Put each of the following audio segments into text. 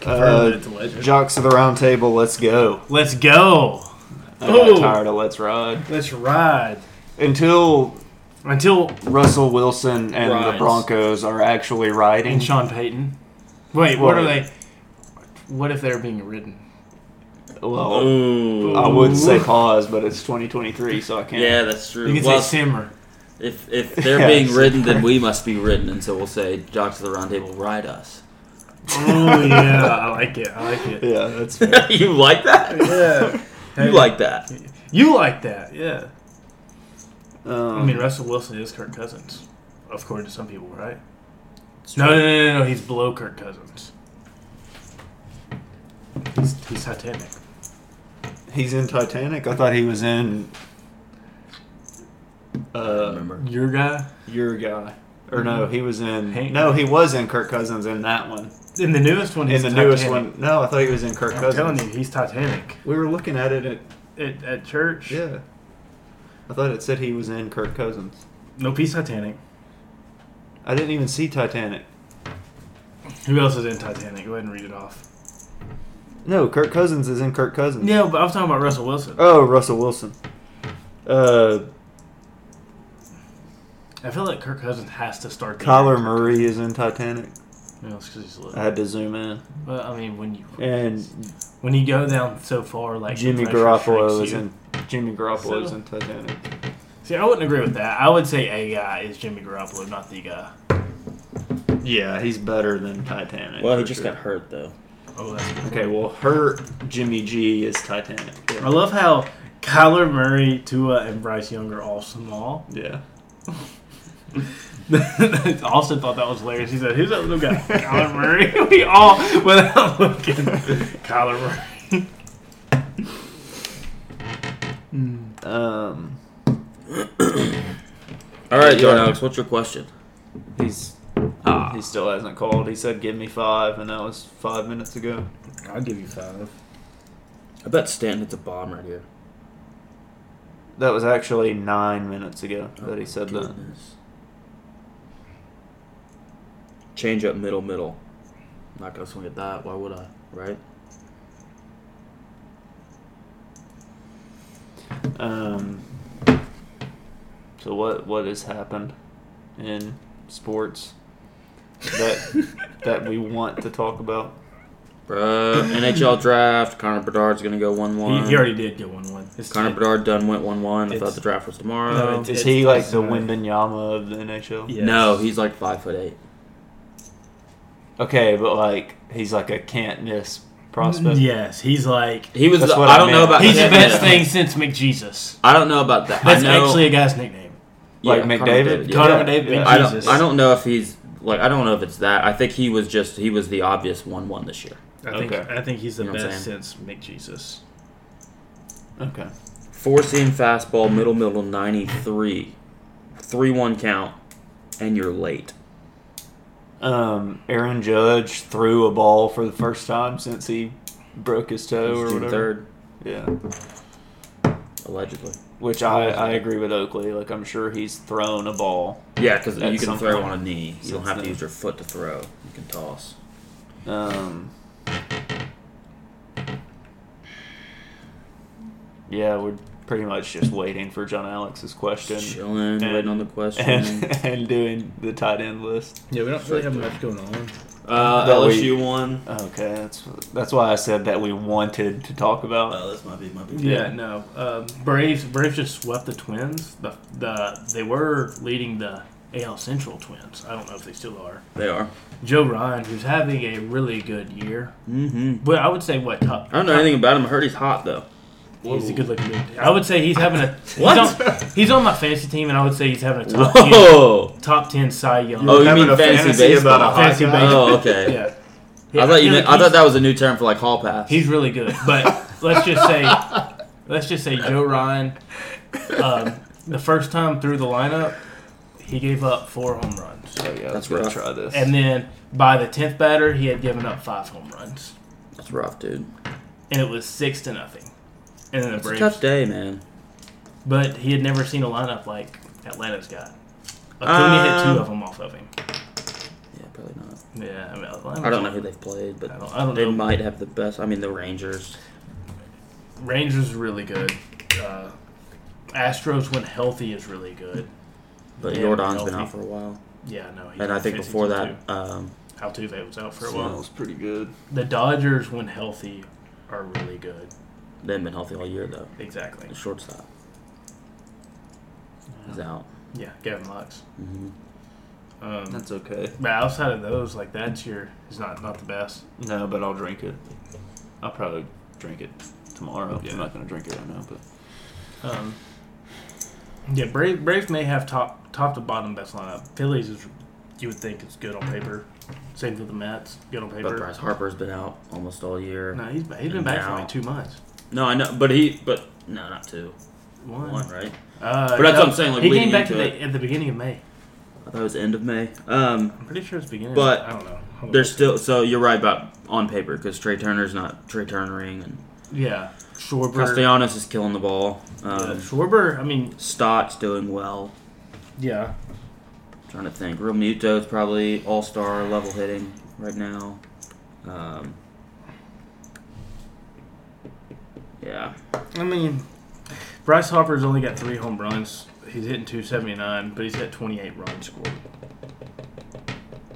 Confirm that it's alleged. Jocks of the Round Table, let's go. Uh, Let's go. I got Ooh. tired of Let's Ride. Let's ride Until until Russell Wilson and the Rides. Broncos are actually riding. and Sean Payton. Wait, what are What? they? What if they're being ridden? Oh. Well, Ooh. I would say pause, but it's 2023, so I can't. Yeah, that's true. You can Well, say simmer. if if they're Yeah, being it's ridden, then we must be ridden, and so we'll say, "Jocks of the Round Table, ride us." Oh yeah, I like it. I like it. Yeah, that's fair. you like that? Yeah. You like that? You like that? Yeah. Um, I mean, Russell Wilson is Kirk Cousins, according to some people, right? No, no, no, no, no. He's below Kirk Cousins. He's, he's Titanic. he's in Titanic. I thought he was in uh, Remember? Your guy your guy. Or no, he was in. Hank- No, he was in Kirk Cousins in that one. in the newest one. In He's the newest Titanic. one. No, I thought he was in Kirk I'm telling Cousins. you, he's Titanic. We were looking at it at At, at church, Yeah. I thought it said he was in Kirk Cousins. no peace Titanic. I didn't even see Titanic. Who else is in Titanic? Go ahead and read it off. No, Kirk Cousins is in Kirk Cousins. No, but I was talking about Russell Wilson. Oh, Russell Wilson. Uh, I feel like Kirk Cousins has to start. the Kyler year. Murray is in Titanic. No, it's because he's I little. had to zoom in. But I mean, when you And when you go down so far, like the Jimmy pressure Garoppolo shakes is you. in. Jimmy Garoppolo is So- in Titanic. See, I wouldn't agree with that. I would say a guy is Jimmy Garoppolo, not the guy. Yeah, he's better than Titanic. Well, he for just sure. got hurt though. Oh, that's Okay, well, her Jimmy G is Titanic. I Yeah. love how Kyler Murray, Tua, and Bryce Young are all small. Yeah. Austin thought that was hilarious. He said, "Who's that little guy? Kyler Murray." we all, without looking, Kyler Murray. Um, All right, Yeah. Jordan Alex, what's your question? he's Ah. he still hasn't called. He said, "Give me five, and that was five minutes ago. I'll give you five. I bet Stanton hits a bomb right here. That was actually nine minutes ago Oh, that he said that. Change up middle, middle. I'm not gonna swing at that. Why would I? Right? Um, so what what has happened in sports that that we want to talk about? Bruh. NHL draft. Connor Bedard's gonna go one He, one. he already did get one one. It's Connor Bedard done went one one. I It's- thought the draft was No, tomorrow. it's- Is he like the uh, Wimbenyama of the NHL? Yeah. No, Yes. he's like five foot eight. Okay, but like he's like a can't miss prospect. Yes, he's like He was. That's the- what I I don't know meant. about. he's the him. best thing since McJesus. I don't know about that. That's I know, actually a guy's nickname. yeah, Like Connor McDavid, yeah. Connor McDavid, I Jesus. don't. I don't know if he's like. I don't know if it's that. I think he was just. He was the obvious one one this year. I think Okay. I think he's the You know what I'm best since McJesus. Okay. Four seam fastball, middle middle ninety three, three one count, and you're late. Um, Aaron Judge threw a ball for the first time since he broke his toe It's Oh, or June whatever. third, Yeah. allegedly. Which I, I agree with Oakley. Like I'm sure he's thrown a ball. Yeah, because At you can some throw point. on a knee. You Since don't have to then. use your foot to throw. You can toss. Um, yeah, we're pretty much just waiting for John Alex's question Chilling, waiting on the question. and, and doing the tight end list. Yeah, we don't really have much going on. Uh, That LSU won. Okay, that's that's why I said that we wanted to talk about. Oh, this might be my big Yeah, no. Um, Braves Braves just swept the Twins. The the they were leading the AL Central Twins. I don't know if they still are. They are. Joe Ryan, who's having a really good year, Mm-hmm. but I would say what top. I don't know anything about him. I heard he's hot though. He's a good looking dude. I would say he's having a he's What? on- he's on my fantasy team, and I would say he's having a top ten, Whoa! top ten Cy Young. Oh, you Having mean a fantasy fantasy baseball? about a hot Fantasy guy? baseball. Oh, okay. yeah. I thought you. Meant, I He's- thought that was a new term for like hall pass. He's really good, but let's just say, let's just say Joe Ryan, um, the first time through the lineup, he gave up four home runs, Oh, yeah, that's That's gonna rough. Try this. and then by the tenth batter, he had given up five home runs, That's rough, dude. and it was six to nothing. And then the It's a Braves, tough day, man. but he had never seen a lineup like Atlanta's got. Acuna hit Um, two of them off of him. Yeah, probably not. Yeah, I, mean, I don't know who they've played, but I don't, I don't they know. might have the best. I mean, the Rangers. Rangers are really good. Uh, Astros, when healthy, is really good. But Yeah, Jordan's been healthy. out for a while, Yeah, no. he's and I think fixing before to that, um, too. Altuve was out for a while. Smells pretty good. The Dodgers, when healthy, are really good. they haven't been healthy all year though. Exactly. The shortstop is out. Yeah, Gavin Lux. hmm Um, That's okay. but outside of those, like that's your is not not the best. No, but I'll drink it. I'll probably drink it tomorrow. I'm not gonna drink it right now, but Um, yeah, Brave, Braves may have top top to bottom best lineup. Phillies is you would think it's good on paper. Same with the Mets, good on But paper. Bryce Harper's been out almost all year. No, he's, he's been back for Now- like two months. No, I know, but he, but no, not two, One. one, right? Uh, But that's no, what I'm saying, like, he leading came back to into the, at the beginning of May. I thought it was the end of May. Um, I'm pretty sure it's beginning. But I don't know. Hold on. There's still so you're right about on paper because Trey Turner's not Trey Turnering and yeah, Schwarber. Castellanos is killing the ball. Uh, Um, Schwarber. I mean, Stott's doing well. yeah, trying to think. Real Muto's probably all star level hitting right now. Um, yeah, I mean, Bryce Harper's only got three home runs. He's hitting 279, but he's got 28 runs scored.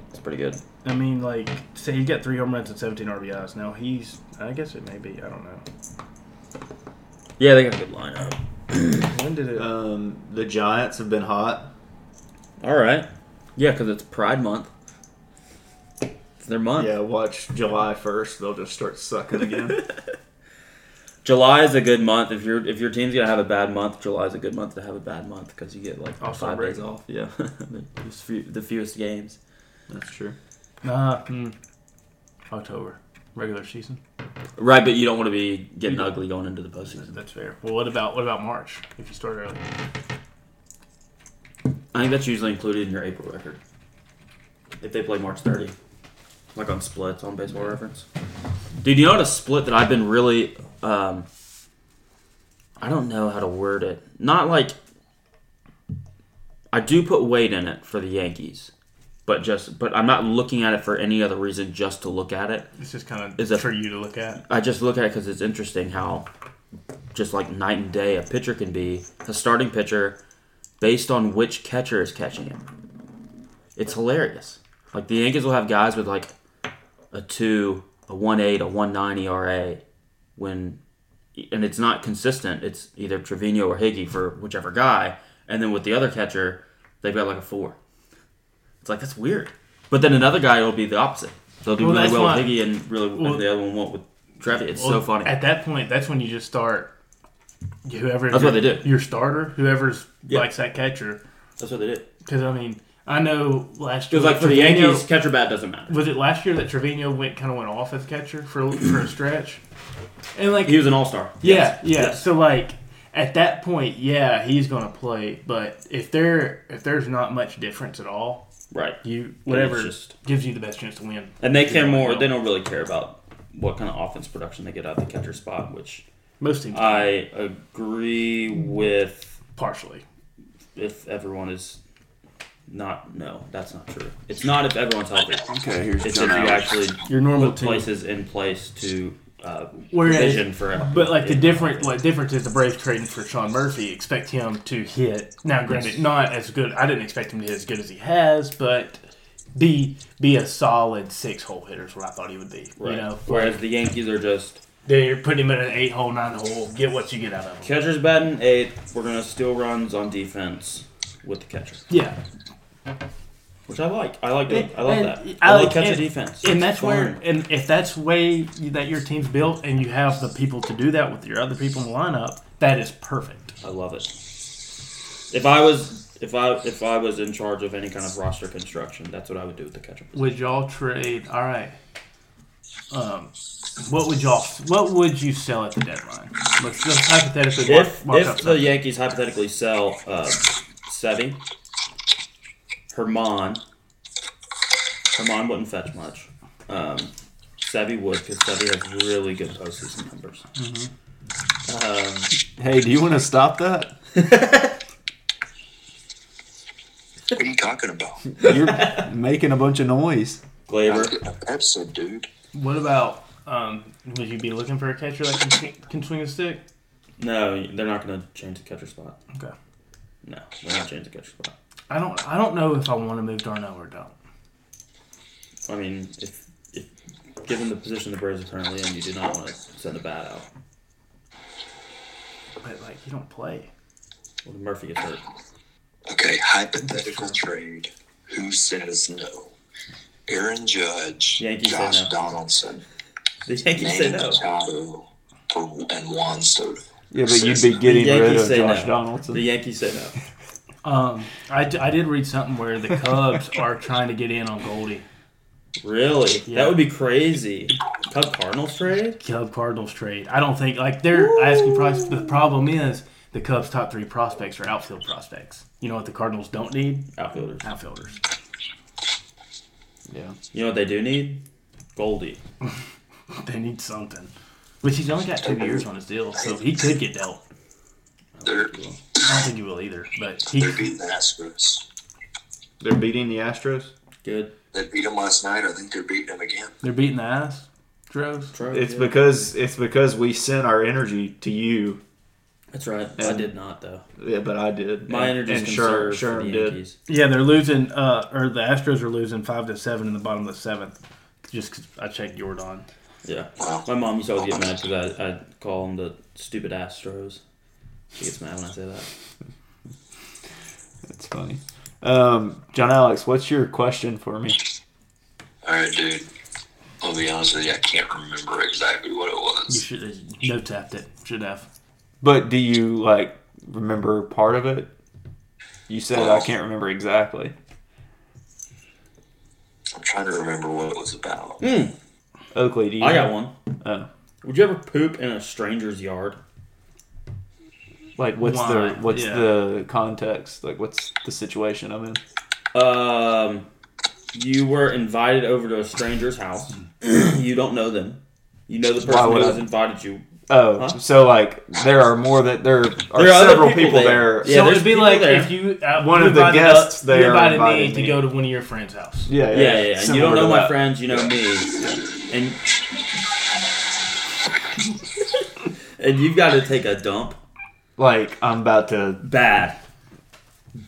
it's pretty good. I mean, like, say he got three home runs and 17 RBIs. Now he's, I guess it may be, I don't know. Yeah, they got a good lineup. When did Uh, it? um, the Giants have been hot. All right. Yeah, because it's Pride Month. It's their month. Yeah, watch July first. They'll just start sucking again. July is a good month if your if your team's gonna have a bad month. July is a good month to have a bad month because you get like Also five break. days off. Yeah, the, few, the fewest games. That's true. Nah, hmm. October. Regular season. Right, but you don't want to be getting You- ugly going into the postseason. That's fair. Well, what about what about March? If you start early, I think that's usually included in your April record if they play March 30, like on splits on Baseball Reference. Dude, you know what a split that I've been really um, I don't know how to word it. Not like I do put weight in it for the Yankees, but just but I'm not looking at it for any other reason just to look at it. it's just kind Is of a- for you to look at. I just look at it because it's interesting how just like night and day a pitcher can be a starting pitcher based on which catcher is catching him. It's hilarious. Like the Yankees will have guys with like a two, a one eight, a one nine ERA when and it's not consistent. It's either Trevino or Higgy for whichever guy, and then with the other catcher, they've got like a four. It's like that's weird. But then another guy will be the opposite. They'll do Well, really that's well with why- Higgy and really Well- and the other one won't with Trevi. It's so Well, funny. At that point, that's when you just start. Whoever That's what they do. Your starter, whoever's Yeah. likes that catcher. That's what they did. Because I mean, I know last year Because like for the Trevino- Yankees, catcher bat doesn't matter. was it last year that Trevino went kind of went off as catcher for for a stretch, and like He was an all star. Yeah, yeah. So like at that point, yeah, he's gonna play. But if there if there's not much difference at all, Right. you whatever just- gives you the best chance to win. And they care Yeah. more. They don't really care about what kind of offense production they get out of the catcher spot, which Most teams I agree with. partially. If everyone is not, no, that's not true. It's not if everyone's healthy. Okay, here's It's if you actually Your normal put team. places in place to uh, Whereas- provision for. But like the yeah. difference, like difference is the Braves trading for Sean Murphy. Expect him to hit. Now, granted, not as good. I didn't expect him to hit as good as he has, but be be a solid six hole hitter is what I thought he would be. Right. You know, Whereas the Yankees are just they're putting him in an eight hole, nine hole. Get what you get out of him. catcher's batting eight. We're gonna steal runs on defense with the catcher, Yeah, which I like. I like. that. I love And- that. I I like like- catcher and- defense. and It's that's fun. where and if that's way that your team's built and you have the people to do that with your other people in the lineup that is perfect I love it. If I was if I if I was in charge of any kind of roster construction, that's what I would do with the catcher. position. would y'all trade all right um what would y'all what would you sell at the deadline let's just hypothetically mark, If mark if up the something. Yankees hypothetically sell uh, Seve, Herman, Herman wouldn't fetch much. Um, Seve would because Seve has really good postseason numbers. Um, Hey, do you want to stop that? Mm. What are you talking about? You're making a bunch of noise. Glaber. That's a dude. What about um, would you be looking for a catcher that can, sw- can swing a stick? No, they're not going to change the catcher spot. Okay. No, they're not changing the catcher spot. I don't I don't know if I want to move Darno or don't. I mean, if, if given the position the Braves are currently in, you do not want to send a bat out But like you don't play. when Murphy gets hurt. Okay, hypothetical trade. Who says no? Aaron Judge, Yankees say Josh no. Donaldson, The Yankees say Manny no. Machado, for- and Juan Soto. Yeah, but you'd be getting The rid Yankees of say Josh no. Donaldson. The Yankees say no. Um, I, d- I did read something where the Cubs are trying to get in on Goldie. Really? Yeah. That would be crazy. Cub Cardinals trade? Cub Cardinals trade. I don't think like they're asking price. The problem is the Cubs' top three prospects are outfield prospects. You know what the Cardinals don't need? Outfielders. Outfielders. yeah. You know what they do need? Goldie. They need something. Which he's only got two years on his deal, so he could get dealt. I They're, don't think he will either, but he they're beating the Astros. They're beating the Astros. Good. They beat them last night. I think they're beating them again. they're beating the ass. Droves. Try It's it. because it's because we sent our energy to you. That's right. I And- did not though. Yeah, but I did. My And- energy's and conserved Sher- for Sherm the did. Yankees. Yeah, they're losing, uh, or the Astros are losing five to seven in the bottom of the seventh. Just 'cause I checked Jordan. Yeah. My mom used to always get mad because I I'd call them the stupid Astros. She gets mad when I say that. That's funny. Um, John Alex, what's your question for me? All right, dude. I'll be honest with you. I can't remember exactly what it You was. should have no tapped it. Should have. But do you like remember part of it? You said Oh. I can't remember exactly. I'm trying to remember what it was about. Oakley, do you? I got one. Oh, Would you ever poop in a stranger's yard? like what's the Why? what's Yeah. the context? Like what's the situation I'm in? Um, you were invited over to a stranger's house. you don't know them. You know the person who would I? has invited you. Oh, Huh? so like there are more that there are, There are other several people people there. there. Yeah, so there's it'd be people like there. if you uh, One you of the invited guests us- there you invited, invited me, me. to go to one of your friends' house. Yeah, yeah, Yeah, yeah. yeah. And you similar don't to know my that. friends. You know me. And and you've got to take a dump. Like I'm about to. Bad.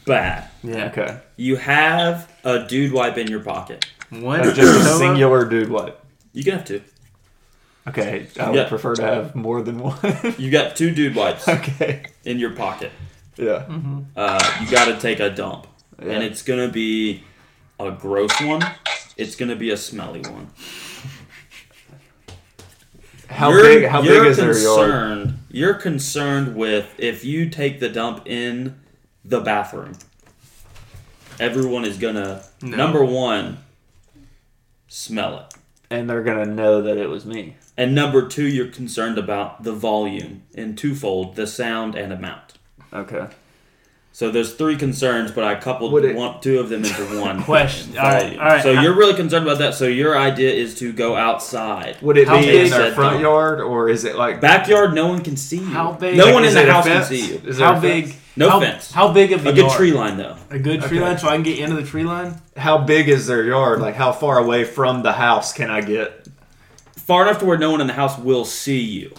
Bad. Yeah. Okay, You have a dude wipe in your pocket. One that's just a solo? singular dude. What? You can have two. Okay, I would Yeah. prefer to have more than one. You got two dude wipes okay. in your pocket. Yeah. uh, you got to take a dump, Yeah. and it's gonna be a gross one. It's gonna be a smelly one. How You're- big? How you're big is their yard? concerned, You're concerned with if you take the dump in the bathroom. Everyone is gonna No. number one smell it, And they're gonna know that it was me. and number two, you're concerned about the volume and twofold the sound and amount. Okay. So there's three concerns, but I coupled Would it- one, two of them into one Question. All right, volume. all right. So you're really concerned about that. So your idea is to go outside. Would it How be big in is their that front dump? yard or is it like Backyard, no one can see you. How big- No Like, one in is the it a house fence? can see you. Is there How a big? fence? No how, fence. How big of a, A good yard? tree line, though. A good tree Okay. line, so I can get into the tree line. How big is their yard? Like how far away from the house can I get? Far enough to where no one in the house will see you.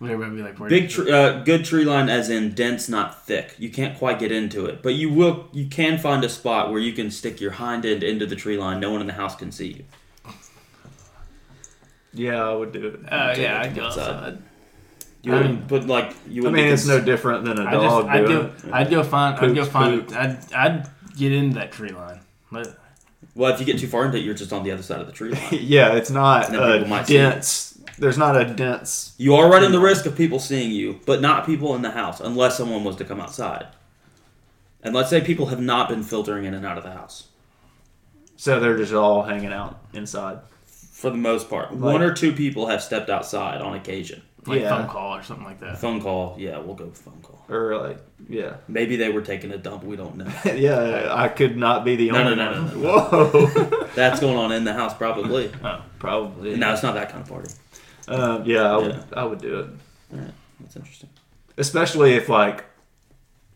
Would everybody be like, where Big, tr- uh, good tree line, as in dense, not thick. You can't quite get into it, but you will. You can find a spot where you can stick your hind end into the tree line. No one in the house can see you. Yeah, I would do it. Uh, yeah, I Outside. go outside. You I would, mean- but like you I would. mean, it's no different than a I just, dog doing. I'd go, I'd go find, I'd go Poops, find, poop. I'd, I'd get into that tree line. But Well, if you get too far into it, you're just on the other side of the tree line. Yeah, it's not And then people a might see it. dense. There's not a dense. You are running the risk of people seeing you, but not people in the house, unless someone was to come outside. And let's say people have not been filtering in and out of the house So they're just all hanging out inside. for the most part. Right. One or two people have stepped outside on occasion. like Yeah. phone call or something like that. Phone call, yeah, we'll go with phone call. Or like, yeah, Maybe they were taking a dump. We don't know. yeah. I could not be the No, only no, no, one. no, Whoa. That's going on in the house, probably. Probably. No, it's not that kind of party. Um, yeah, I would. Yeah. I would do it. All right, that's interesting. especially if like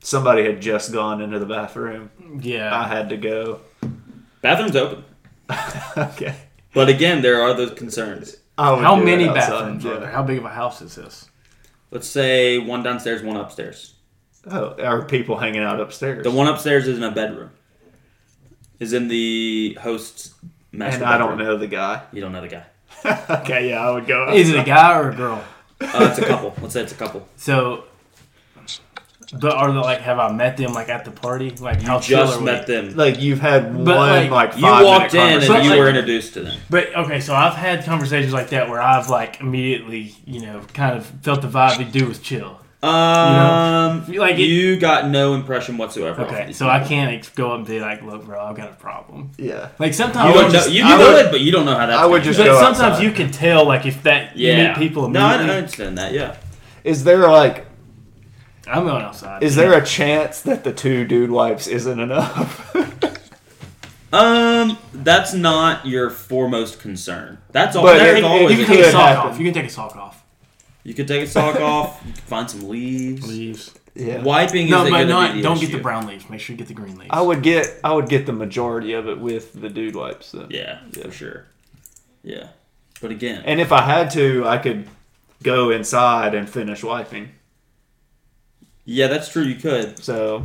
somebody had just gone into the bathroom Yeah, i had to go Bathroom's open. okay. But again, there are those concerns. I would How do it many outside, bathrooms are there? How big of a house is this? Let's say one downstairs, one upstairs. Oh, are people hanging out upstairs? The one upstairs is in a bedroom. Is in the host's master. and I don't bedroom. know the guy. You don't know the guy. okay, yeah, I would go. Is it a guy or a girl? Uh, it's a couple. Let's say it's a couple. So, but are they like? Have I met them like at the party? Like how chill Just are we? met them. like you've had one like, like, You five walked in conversation. and you But, were like- introduced to them. But okay, so I've had conversations like that where I've like immediately, you know, kind of felt the vibe the dude was chill. Um, You know, like it- you got no impression whatsoever. off Okay, these so I people. can't ex- go up and be like, "Look, bro, I've got a problem." yeah. Like You, sometimes would, you know, just, you I know would- it, but you don't know how that's. I would gonna just go. but go sometimes outside. you can tell like if that you yeah. meet people no, I immediately. I understand that. Yeah. Is there like, I'm going outside. is there a chance that the two dude wipes isn't enough? Um, that's not your foremost concern. That's all. But it- There's it- You always. can a it take a could sock happen. off. You can take a sock off. you could take a sock off. You could find some leaves. Leaves. yeah. Wiping No, is a but good not. immediate Don't get issue. the brown leaves. Make sure you get the green leaves. I would get I would get the majority of it with the dude wipes then. Yeah, for sure. Yeah, but again, And if I had to, I could go inside and finish wiping. yeah, that's true. You could. So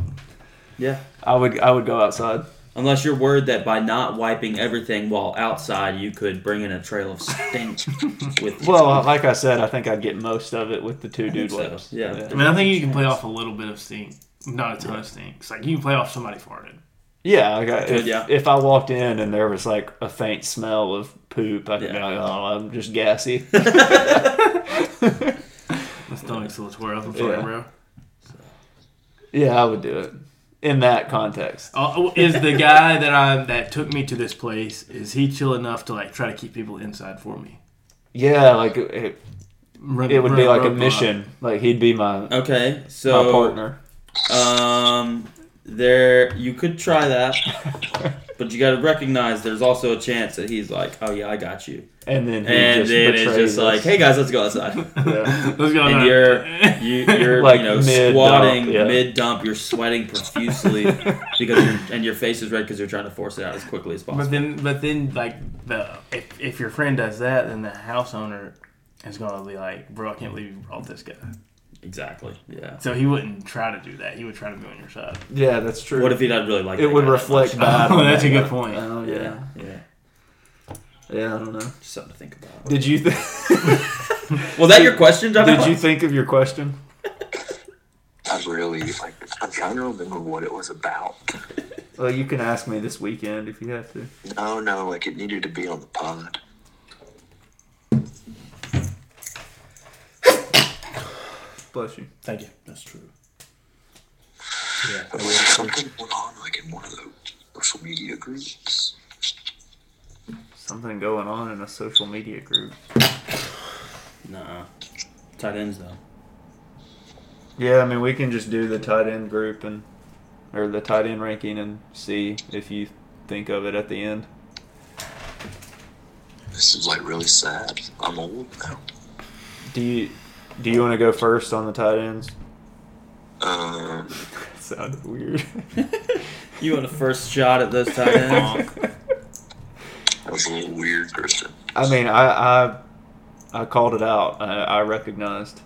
Yeah, I would I would go outside. unless you're worried that by not wiping everything while outside, you could bring in a trail of stink with. you. Well, like I said, I think I'd get most of it with the two dude so, wipes. yeah. I mean, I think you can play off a little bit of stink, not a ton of stink. It's like you can play off somebody farted. Yeah, I got, if, yeah. if I walked in and there was like a faint smell of poop, I'd be Yeah. like, oh, I'm just gassy. That's don't exhalatory. I'm sorry, Yeah. bro. yeah, I would do it in that context. Uh, is the guy that I that took me to this place is he chill enough to like try to keep people inside for me? Yeah, like it, Run, it would run be like a roadblock. mission. Like he'd be my Okay, my so partner. Um, there you could try that, but you got to recognize there's also a chance that he's like, "Oh yeah, I got you," And then he and just then it's betrays just us. like, "Hey guys, let's go outside." Yeah. Let's go. And on. you're you, you're Like you know mid-dump, squatting yeah. mid dump. You're sweating profusely because you're, and your face is red because you're trying to force it out as quickly as But possible. then, but then, like the if, if your friend does that, then the house owner is gonna be like, "Bro, I can't believe you brought this guy." Exactly. Yeah. So he wouldn't try to do that. He would try to be on your side. yeah, that's true. What if he doesn't really like it that would guy that reflect much? bad? Oh, on that's that a good guy. point. Oh yeah, Yeah. Yeah. yeah. I don't know. Just something to think about. Did you th- Was that your question, John? did you think of your question? I really like. I'm trying to remember what it was about. Well, you can ask me this weekend if you have to. No, no, like it needed to be on the pod. Bless you. Thank you. That's true. There was something going on, like in one of the social media groups. Something going on in a social media group. Nah. Tight ends though. Yeah, I mean we can just do the tight end group and or the tight end ranking and see if you think of it at the end. This is like really sad. I'm old now. Do you do you want to go first on the tight ends? Um, Sounded weird. You want the first shot at those tight ends? that was a little weird, Kristen. I mean, I I, I called it out. I, I recognized.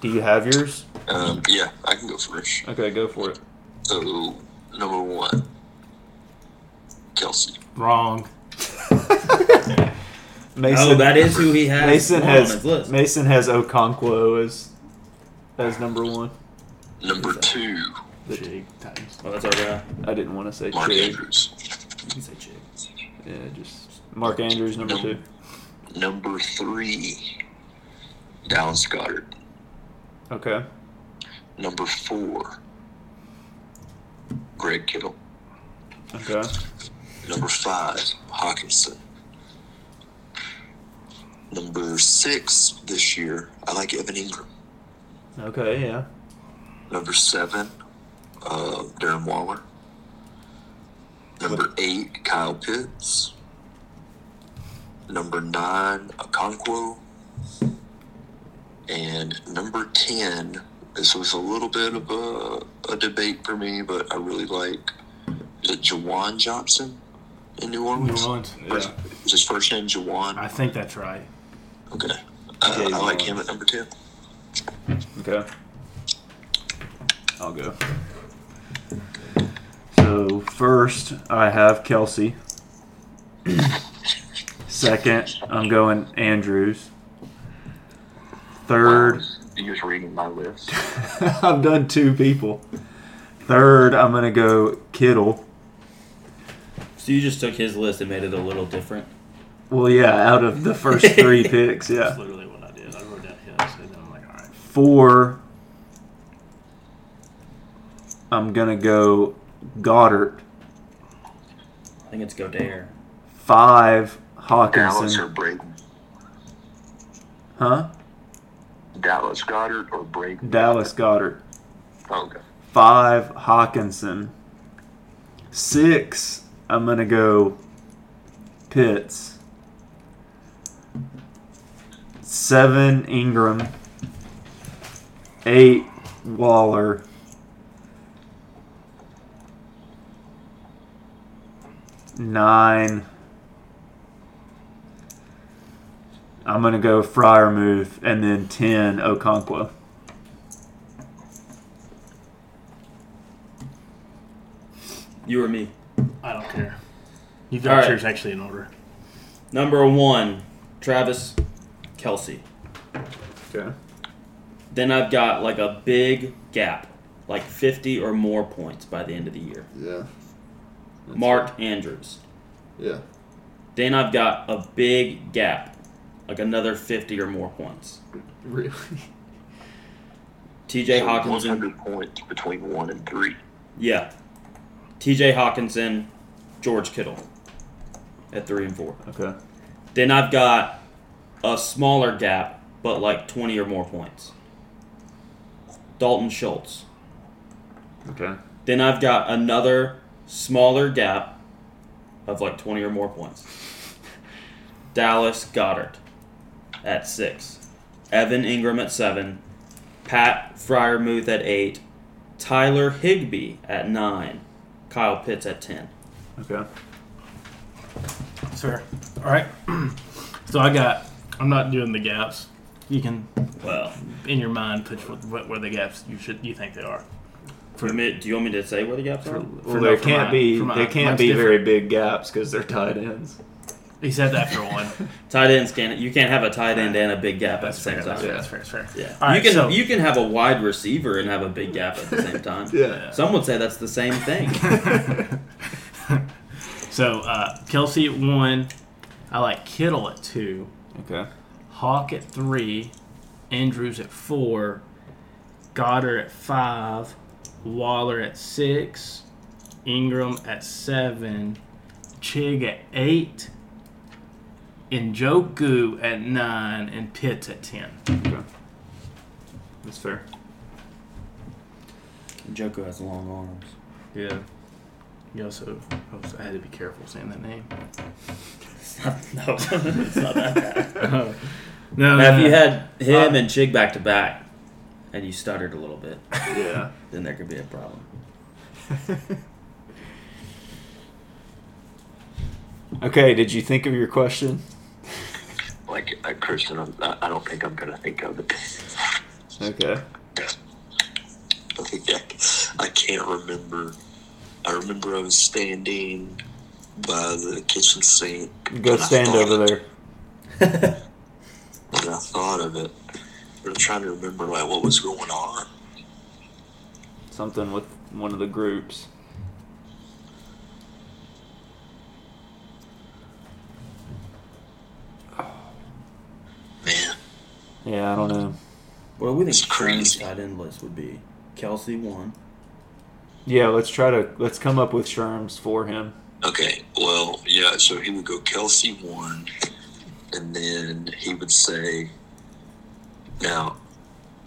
Do you have yours? Um, yeah, I can go first. Okay, go for it. So, number one, Kelsey. Wrong. Mason, oh, that is who he has. Mason on has his list. Mason has Okonkwo as as number one. Number two, Jig Titans. Well, Oh, that's our guy. I didn't want to say Mark Chig. Andrews. You can say chick. Yeah, just Mark Andrews number two. Number three, Dallas Goddard. Okay. Number four, Greg Kittle. Okay. Number five, Hawkinson. Number six this year, I like Evan Ingram. Okay. Yeah. Number seven, uh, Darren Waller. Number eight, Kyle Pitts. Number nine, Okonkwo. And number ten This was a little bit of a, a debate for me, but I really like is it Jawan Johnson in New New Orleans? Orleans. First- Yeah. Is his first name Jawan? I think that's right. Okay. Uh, Okay, I like Juwan. him at number ten. Okay. I'll go. So first, I have Kelsey. Second, I'm going Andrews. Third, You just reading my list. I've done two people. Third, I'm gonna go Kittle. So you just took his list and made it a little different. Well, yeah, out of the first three picks, That's yeah. literally what I did. I wrote down his, and then I'm like, all right. Four, I'm gonna go Goddard. I think it's Godare. Five, Dallas or Hawkinson. Braden? Huh? Dallas Goddard or Braden? Oh, Dallas Goddard. Okay. Five, Hawkinson. Six, I'm going to go Pitts. Seven, Ingram. Eight, Waller. Nine. I'm going to go Fryermuth and then 10 Okonkwo. You or me? I don't care. You've All got right. yours actually in order. Number one, Travis Kelsey. Okay. Then I've got like a big gap, like 50 or more points by the end of the year. Yeah. Mark Andrews. Yeah. Then I've got a big gap, like another 50 or more points. Really? TJ So Hawkinson. 100 points between one and three. Yeah. TJ Hawkinson, George Kittle at three and four. Okay. Then I've got a smaller gap, but like 20 or more points. Dalton Schultz. Okay. Then I've got another smaller gap of like 20 or more points. Dallas Goddard at six. Evan Ingram at seven. Pat Fryermuth at eight. Tyler Higbee at nine. Kyle Pitts at 10. Okay. That's fair. All right. so I got. I'm not doing the gaps. You can, Well, in your mind, put what, what where the gaps you should you think they are. do you, want me, do you want me to say where the gaps are? Well, For- there for can't mine- be for mine. there can't Mine's be very different. big gaps because they're tight ends. He said that for one. Tight ends can't. You can't have a tight end and a big gap at the That's same fair. That's time. fair. That's fair. That's fair. Yeah. All right, you can so- you can have a wide receiver and have a big gap at the same time. Yeah. Some would say that's the same thing. So uh, Kelsey at one. I like Kittle at two. Okay. Hawk at three, Andrews at four, Goddard at five, Waller at six, Ingram at seven, Chig at eight, Njoku at nine, and Pitts at ten. Okay. That's fair. Joko has long arms. Yeah. You also, I, was- I had to be careful saying that name. It's not, no, it's not that bad. no, no, Now, if no. you had him Uh, and Chig back to back, and you stuttered a little bit, Yeah. then there could be a problem. okay. Did you think of your question? Like, uh, Kristen, I'm, I I don't think I'm going to think of it. Okay. I think I, I can't remember. I remember I was standing by the kitchen sink. Go and I stand thought over of- there. And I thought of it. But I'm trying to remember, like, what was going on. Something with one of the groups. Man, Yeah, I don't know. Well, we think It's Sean's crazy. tight end list would be Kelsey one. Yeah, let's try to let's come up with Sherms for him. Okay, well, yeah, so he would go Kelsey one, and then he would say, now,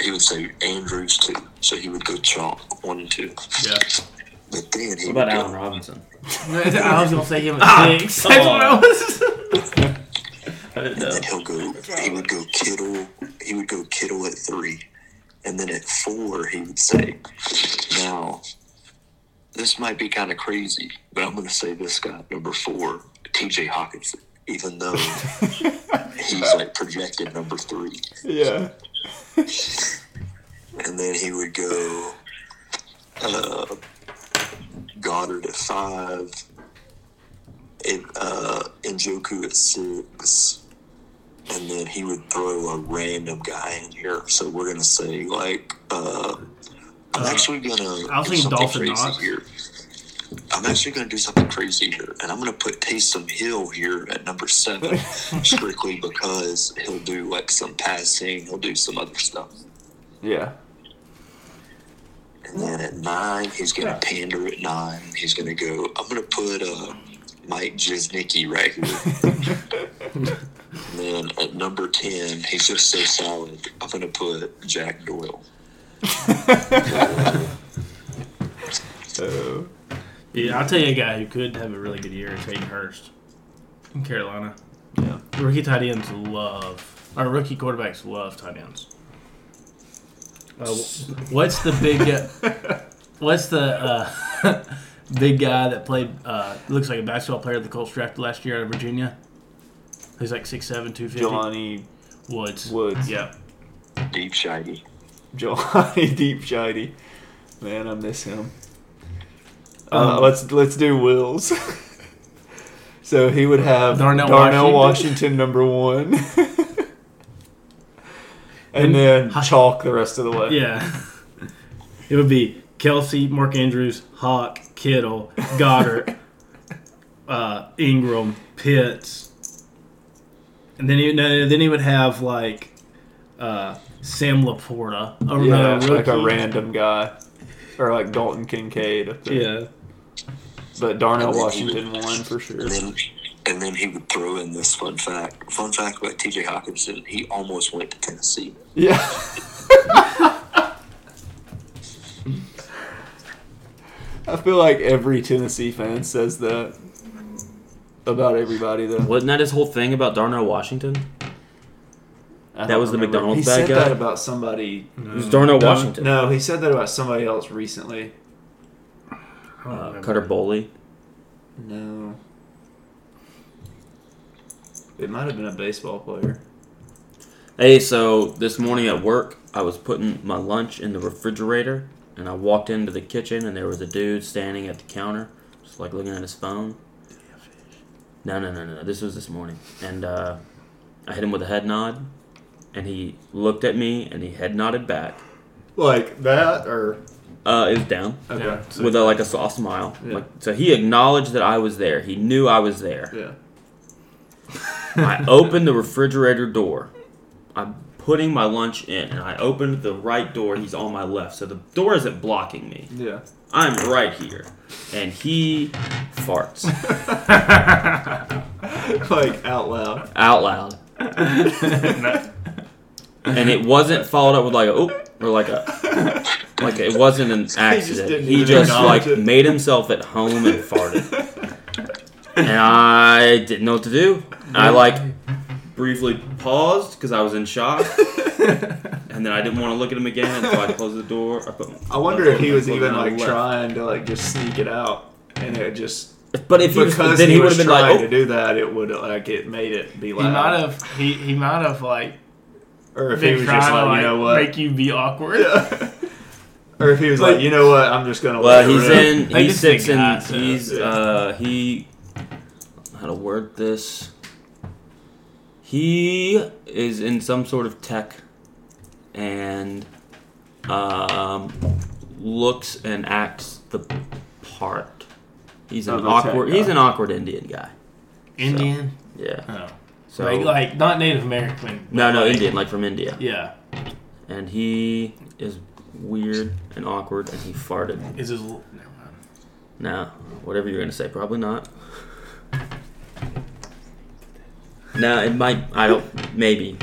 he would say Andrews two. So he would go chalk one and two. Yeah. But then he What about would Allen go, Robinson? I was gonna say him Ah, at six. come That's what I on. was. I didn't and then he'll go, he would go Kittle, he would go Kittle at three. And then at four, he would say, Now, this might be kind of crazy, but I'm going to say this guy, number four, TJ Hawkinson, even though he's like projected number three. Yeah. And then he would go uh, Goddard at five, and, uh, Njoku at six, and then he would throw a random guy in here. So we're gonna say like uh, I'm actually gonna I was do thinking something Dawson crazy Knox. here. I'm actually gonna do something crazy here, and I'm gonna put Taysom Hill here at number seven, strictly because he'll do like some passing, he'll do some other stuff. Yeah. And then at nine, he's going to pander at nine. He's going to go, I'm going to put uh, Mike Jiznicki right here. and then at number 10, he's just so solid. I'm going to put Jack Doyle. So Yeah, I'll tell you a guy who could have a really good year is Hayden Hurst from Carolina. yeah. Rookie tight ends love, or rookie quarterbacks love tight ends. Uh, wh- what's the big? uh, what's the uh, big guy that played? Uh, looks like a basketball player the Colts drafted last year out of Virginia. He's like 6'7", 250. Jelani Woods. Woods. Yeah. Deep shiny. Jelani Deep Shiny. Man, I miss him. Uh, let's let's do Wills. so he would have Darnell Darnell, Washington. Washington. number one. and then chalk the rest of the way. Yeah. it would be Kelsey, Mark Andrews, Hawk, Kittle, Goddard, uh, Ingram, Pitts. And then he, no, then he would have like uh, Sam Laporta, a Yeah, another like a rookie. random guy. Or like Dalton Kincaid. up there. Yeah. But Darnell Washington won for sure. And then, and then he would throw in this fun fact. Fun fact about TJ Hawkinson, he almost went to Tennessee. Yeah. I feel like every Tennessee fan says that about everybody, though. Wasn't that his whole thing about Darnell Washington? That was the He McDonald's bad said guy. that about somebody. It was Darnell No, Washington. No, he said that about somebody else recently. Uh, Oh, Cutter Bowley. No. It might have been a baseball player. Hey, so this morning at work, I was putting my lunch in the refrigerator, and I walked into the kitchen, and there was a dude standing at the counter, just like looking at his phone. No, no, no, no. no. This was this morning, and uh, I hit him with a head nod, and he looked at me, and he head nodded back. Like that, or Uh, it was down okay, Yeah. So, with a, like a soft smile. Yeah. Like, so he acknowledged that I was there. He knew I was there. yeah. I opened the refrigerator door. I'm putting my lunch in, and I opened the right door. He's on my left, so the door isn't blocking me. Yeah. I'm right here, and he farts like out loud. out loud, and it wasn't followed up with like a oop or like a like it wasn't an accident. didn't He even just acknowledge like it. made himself at home and farted, and I didn't know what to do. I like briefly paused because I was in shock. And then I didn't want to look at him again, and so I closed the door. I, put, I wonder if he was And even I like left. trying to like just sneak it out, and it just But if he was, because then he, would was have been trying like, to oh, do that, it would like it made it be he loud. might have he, he might have like or if he been was trying just to like, like, you know what, make you be awkward. or if he was like, you know what, I'm just gonna. let well, it he's rip. in, They he's just think six, and that's it. he's uh, he. How to word this? He is in some sort of tech, and um, looks and acts the part. He's an Of a tech awkward. guy. He's an awkward Indian guy. Indian. Yeah. Oh. So like, like not Native American. no, no, like- Indian, like from India. Yeah. and he is weird and awkward and he farted. Is his l- never mind. Nah, whatever you're gonna say, probably not. nah, it might. I don't. Maybe,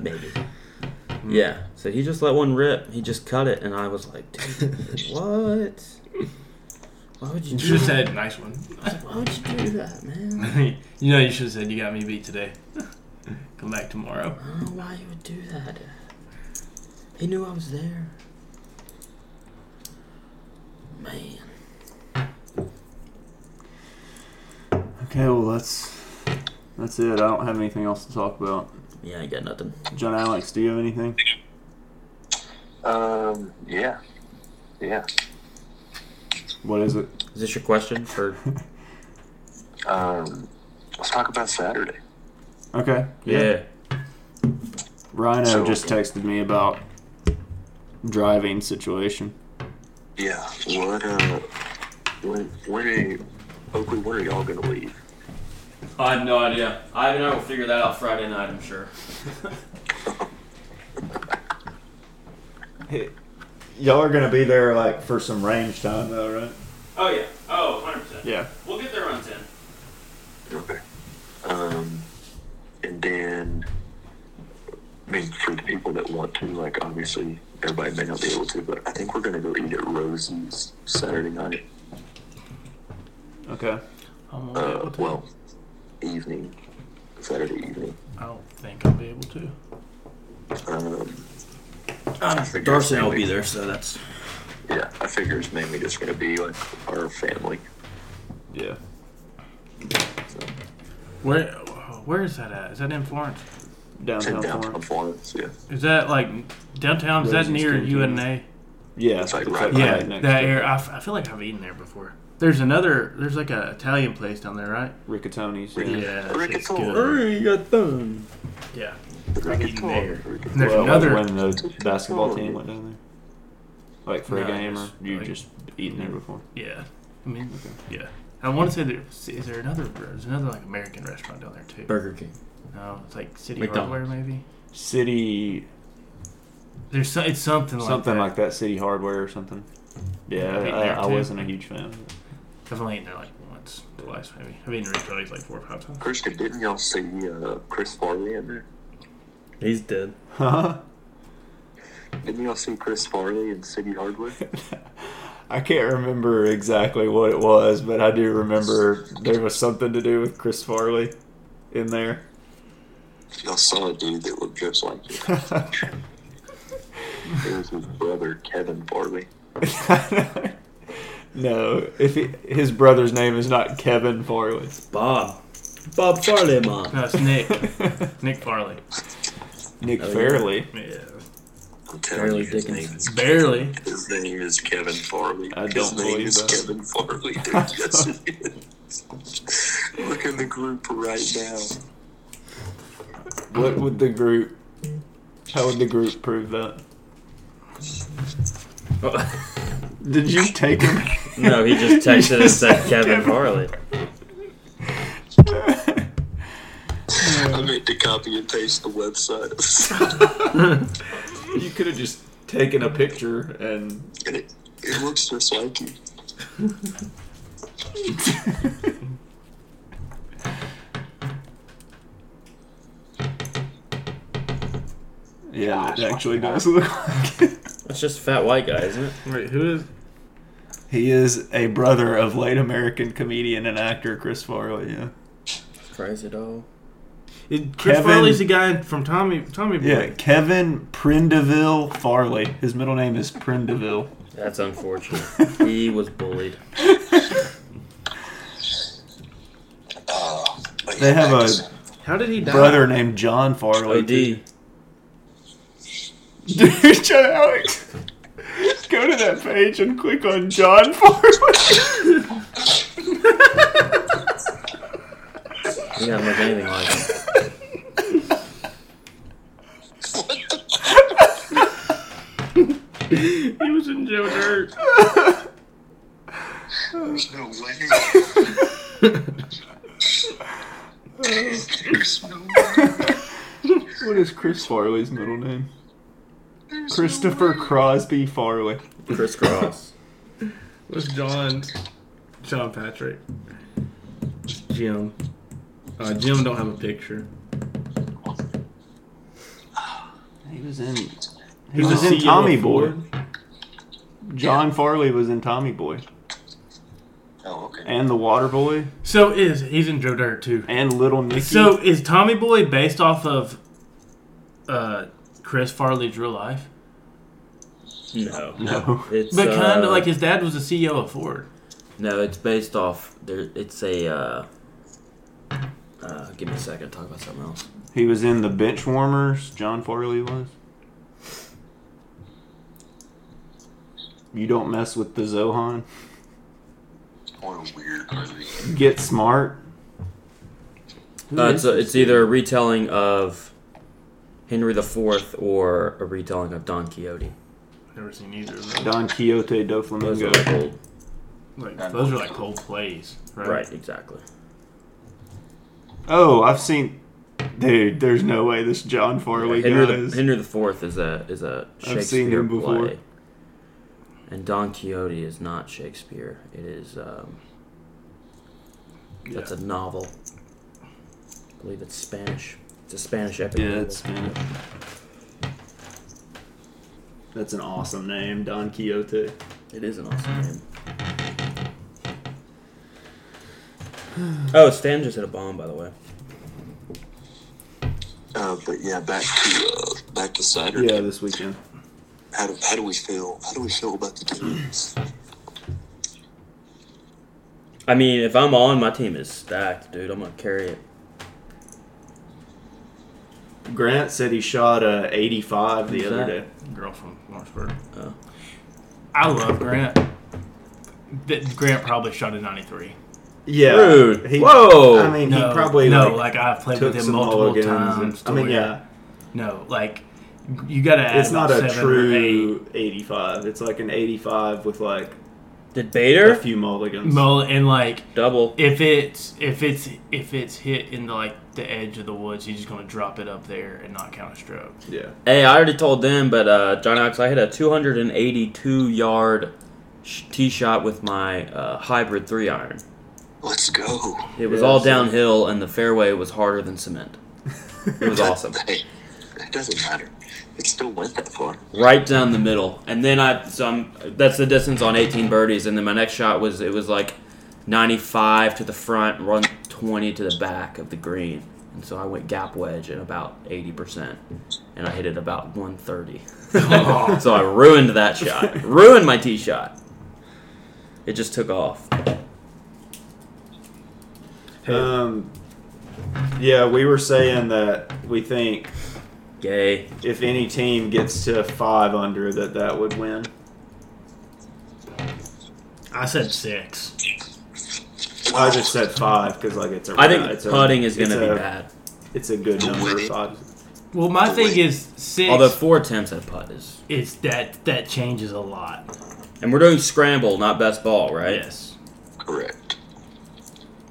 maybe. Hmm. Yeah. So he just let one rip. He just cut it, and I was like, dude, what? Why would you You do should have that? said nice one. Why would you do that, man? you know, you should have said you got me beat today. Come back tomorrow. I don't know why you would do that. He knew I was there. Man. Okay, well that's that's it. I don't have anything else to talk about. Yeah, I ain't got nothing. John Alex, do you have anything? Um, yeah. Yeah. What is it? Is this your question for? Um, let's talk about Saturday. Okay. yeah. Rhino So- just texted me about driving situation. Yeah. What, uh, when, when are, Oakley, when are y'all going to leave? I have no idea. I and I will figure that out Friday night. I'm sure. Y'all are gonna be there like for some range time though, right? Oh yeah. Oh, 100 percent. Yeah. We'll get there on ten. Okay. Um, and then, I mean, for the people that want to, like, obviously, everybody may not be able to, but I think we're going to go eat at Rosie's Saturday night. Okay. I'm gonna be Uh, able to. well, evening, Saturday evening. I don't think I'll be able to. Um, Darcy will be there, so that's. yeah, I figure it's mainly just going to be like our family. Yeah. Where where is that at? Is that in Florence? It's in Downtown downtown Florence. Florence, yeah. Is that like downtown? Is that Rosie's near Cantina. UNA? Yeah. It's like it's right like Yeah, Yeah, right next that to area. I, f- I feel like I've eaten there before. There's another. There's like a Italian place down there, right? Riccatoni's. Yeah, Yeah. that shit's good. Riccatoni. Yeah, Rick eating there. Rick- There's Well, another- like when the basketball team went down there, like for a No, game, or just you like- just eaten there before. yeah. I mean, yeah. I want to say there see, is there another. There's another like American restaurant down there too. Burger King. No, it's like City McDonald's. Hardware maybe. City There's so, it's something like something that. like that. City Hardware or something. Yeah, I've eaten I, there, I too. wasn't a huge fan. I've only eaten there like once, twice maybe. I've eaten Riccatoni's like four or five times. Christian, didn't y'all see uh, Chris Farley in there? He's dead. Huh? Didn't y'all see Chris Farley in City Hardware? I can't remember exactly what it was, but I do remember there was something to do with Chris Farley in there. y'all saw a dude that looked just like him. It was his brother, Kevin Farley. no, if he, his brother's name is not Kevin Farley. Bob. Bob Farley, man. No, it's Nick. Nick Farley. Nick Oh, yeah. Fairley. Yeah, I'm telling Barely you, his name, Dickinson. is, barely. his name is Kevin Farley. I his don't name believe is that. Kevin Farley, dude. Yes, it is. Look in the group right now. What would the group? How would the group prove that? Did you take him? No, he just texted and said Kevin Farley. I meant to copy and paste the website. you could have just taken a picture and. And it, it looks just like you. Yeah, it actually does look like it. That's just a fat white guy, isn't it? Wait, who is? He is a brother of late American comedian and actor Chris Farley. Yeah. Crazy dog. It, Chris Kevin- Farley's the guy from Tommy Tommy Boy. Yeah, Kevin Prindeville Farley. His middle name is Prindeville. That's unfortunate. He was bullied. Oh, but They yeah, have back a to- How did he die? brother named John Farley. OD. Dude, John Alex, go to that page and click on John Farley. He doesn't look anything like him. He was in Joe Dirt. There's no way. There's no way. what is Chris Farley's middle name? Christopher Crosby Farley. Crisscross. Was John John Patrick? Jim. Uh, Jim don't have a picture. He was in. He Who's was the in CEO Tommy E of Boy. Ford? John Farley was in Tommy Boy Oh, okay. and The Water Boy So is he's in Joe Dirt too. and Little Nicky. So is Tommy Boy based off of uh, Chris Farley's real life? No. No. It's But kind uh, of like his dad was the CEO of Ford. No, it's based off. There, it's a. Uh, uh, give me a second. Talk about something else. He was in the bench warmers. John Farley was. You don't mess with the Zohan. What a weird movie. Get smart. Uh, it's, a, it's either a retelling of Henry IV or a retelling of Don Quixote. Never seen either of those. Don Quixote do Those Flamingo. are like old. Like, those are like whole plays, right? Right, exactly. Oh, I've seen. Dude, there's no way this John Farley Henry guy the, is. Henry IV is a is a Shakespeare I've seen him before. play. And Don Quixote is not Shakespeare. It is um, that's a novel. I believe it's Spanish. It's a Spanish epic. Yeah, novel. it's been. That's an awesome name, Don Quixote. It is an awesome name. Oh, Stan just hit a bomb, by the way. Uh, but yeah, back to uh, back to Saturday. Yeah, this weekend. How do, how do we feel? How do we feel about the teams? I mean, if I'm on, my team is stacked, dude. I'm gonna carry it. Grant said he shot a 85 the Who's other that? day. Girl from Lawrenceburg. Oh. I love Grant. Th- Grant probably shot a 93. Yeah. Rude. He, Whoa. I mean, No, he probably no, like, like, I've played took with him some multiple mulligans. times. and- to I mean, where- yeah, No, like you got to add. it's not about a seven or eight. true 85. It's like an 85 with like Did a Bader few mulligans. Mull and like double? if it's if it's if it's hit in the like the edge of the woods, he's just gonna drop it up there and not count a stroke. yeah. Hey, I already told them, but uh, John Ox, I hit a 282 yard sh- tee shot with my uh, hybrid three iron. Let's go. It was Yeah, all I've seen it. downhill, and the fairway was harder than cement. It was awesome. Hey, it doesn't matter. It still went that far. right down the middle. And then I so I'm, that's the distance on 18 birdies. And then my next shot was it was like 95 to the front, run 20 to the back of the green. And so I went gap wedge at about 80%, and I hit it about 130. so I ruined that shot, ruined my tee shot. It just took off. Um, yeah, we were saying that we think Gay. if any team gets to five under, that that would win. I said six. I just said five because like it's a. I think it's a- putting is going to it's be a- bad. It's a good number. Winning. Five. Well, my thing is six. Although four attempts at putt is, is that that changes a lot. and we're doing scramble, not best ball, right? Yes. Correct.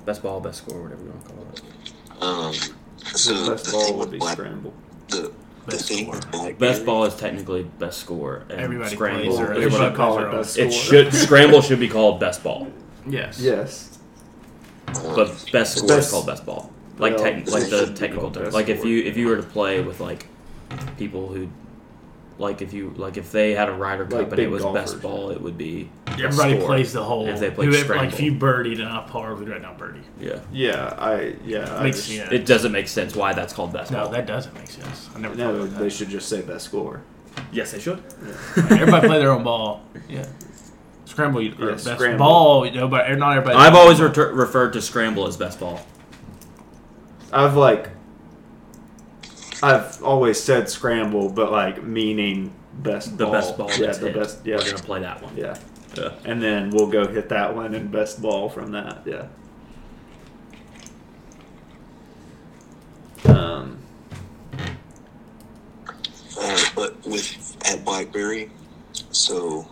Best ball, best score, whatever you want to call it. Um, so The the best ball thing would with be Black, scramble. the, the Best thing score. with Black Best ball is technically best score, and Everybody scramble. plays or is what everybody it- calls call it best it score. should scramble should be called best ball, Yes. Yes. but best score Best- is called best ball. Like Well, tech, like it the should be technical called term. best Like if score. you if you were to play with like people who, like if you like if they had a Ryder Cup Like and big it was golfers. best ball, it would be Everybody score. plays the whole. If they play whoever- like scramble. if you birdied and I par, we right now birdie. yeah. Yeah. I. Yeah. I Makes just, sense. It doesn't make sense why that's called best no, ball. that doesn't make sense. I never thought No, about they that. should just say best score. yes, they should. Everybody play their own ball. Yeah. Scramble. You, or Yeah, best scramble. ball. Nobody. Not everybody. I've always retur referred to scramble as best ball. I've like. I've always said scramble, but like meaning best The ball. best ball. Yeah. that's The hit. best. Yeah. We're gonna play that one. Yeah. Yeah. And then we'll go hit that one and best ball from that. Yeah. Um. Uh, but with at Blackberry, so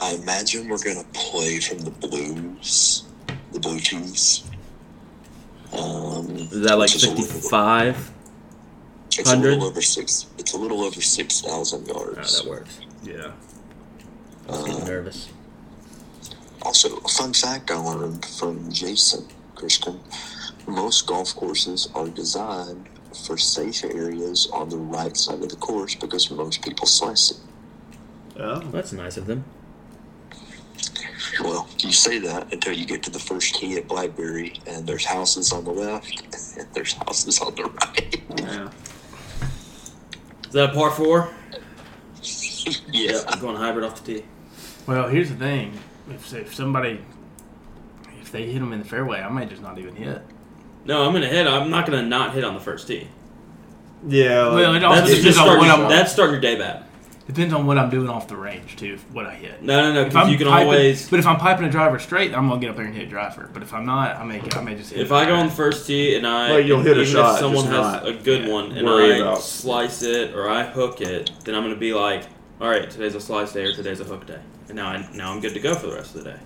I imagine we're gonna play from the blues, the blue cheese. Um, Is that like which is a little- fifty-five? It's a little 100? over six. It's a little over six thousand Oh, yards. that works. Yeah. I was getting nervous. Also, a fun fact I learned from Jason Christian most golf courses are designed for safe areas on the right side of the course because most people slice it. Oh. That's nice of them. Well, you say that until you get to the first tee at Blackberry, and there's houses on the left, and there's houses on the right. Yeah. Is that a par four? yeah. I'm going hybrid off the tee. Well, here's the thing: if, if somebody, if they hit him in the fairway, I might just not even hit. No, I'm gonna hit. I'm not gonna not hit on the first tee. Yeah. like- Well, it also That's depends just on starting. what I'm. That's starting your day bad. depends on what I'm doing off the range too. if- What I hit. No, no, no. If I'm Because you can piping- always. But if I'm piping a driver straight, I'm gonna get up there and hit a driver. But if I'm not, I may I may just hit. If a I go on driver. the first tee and I, Like, you'll hit a even shot, if someone just has not a good one and worry I about- slice it or I hook it, then I'm gonna be like, all right, today's a slice day or today's a hook day, and now I, now I'm good to go for the rest of the day.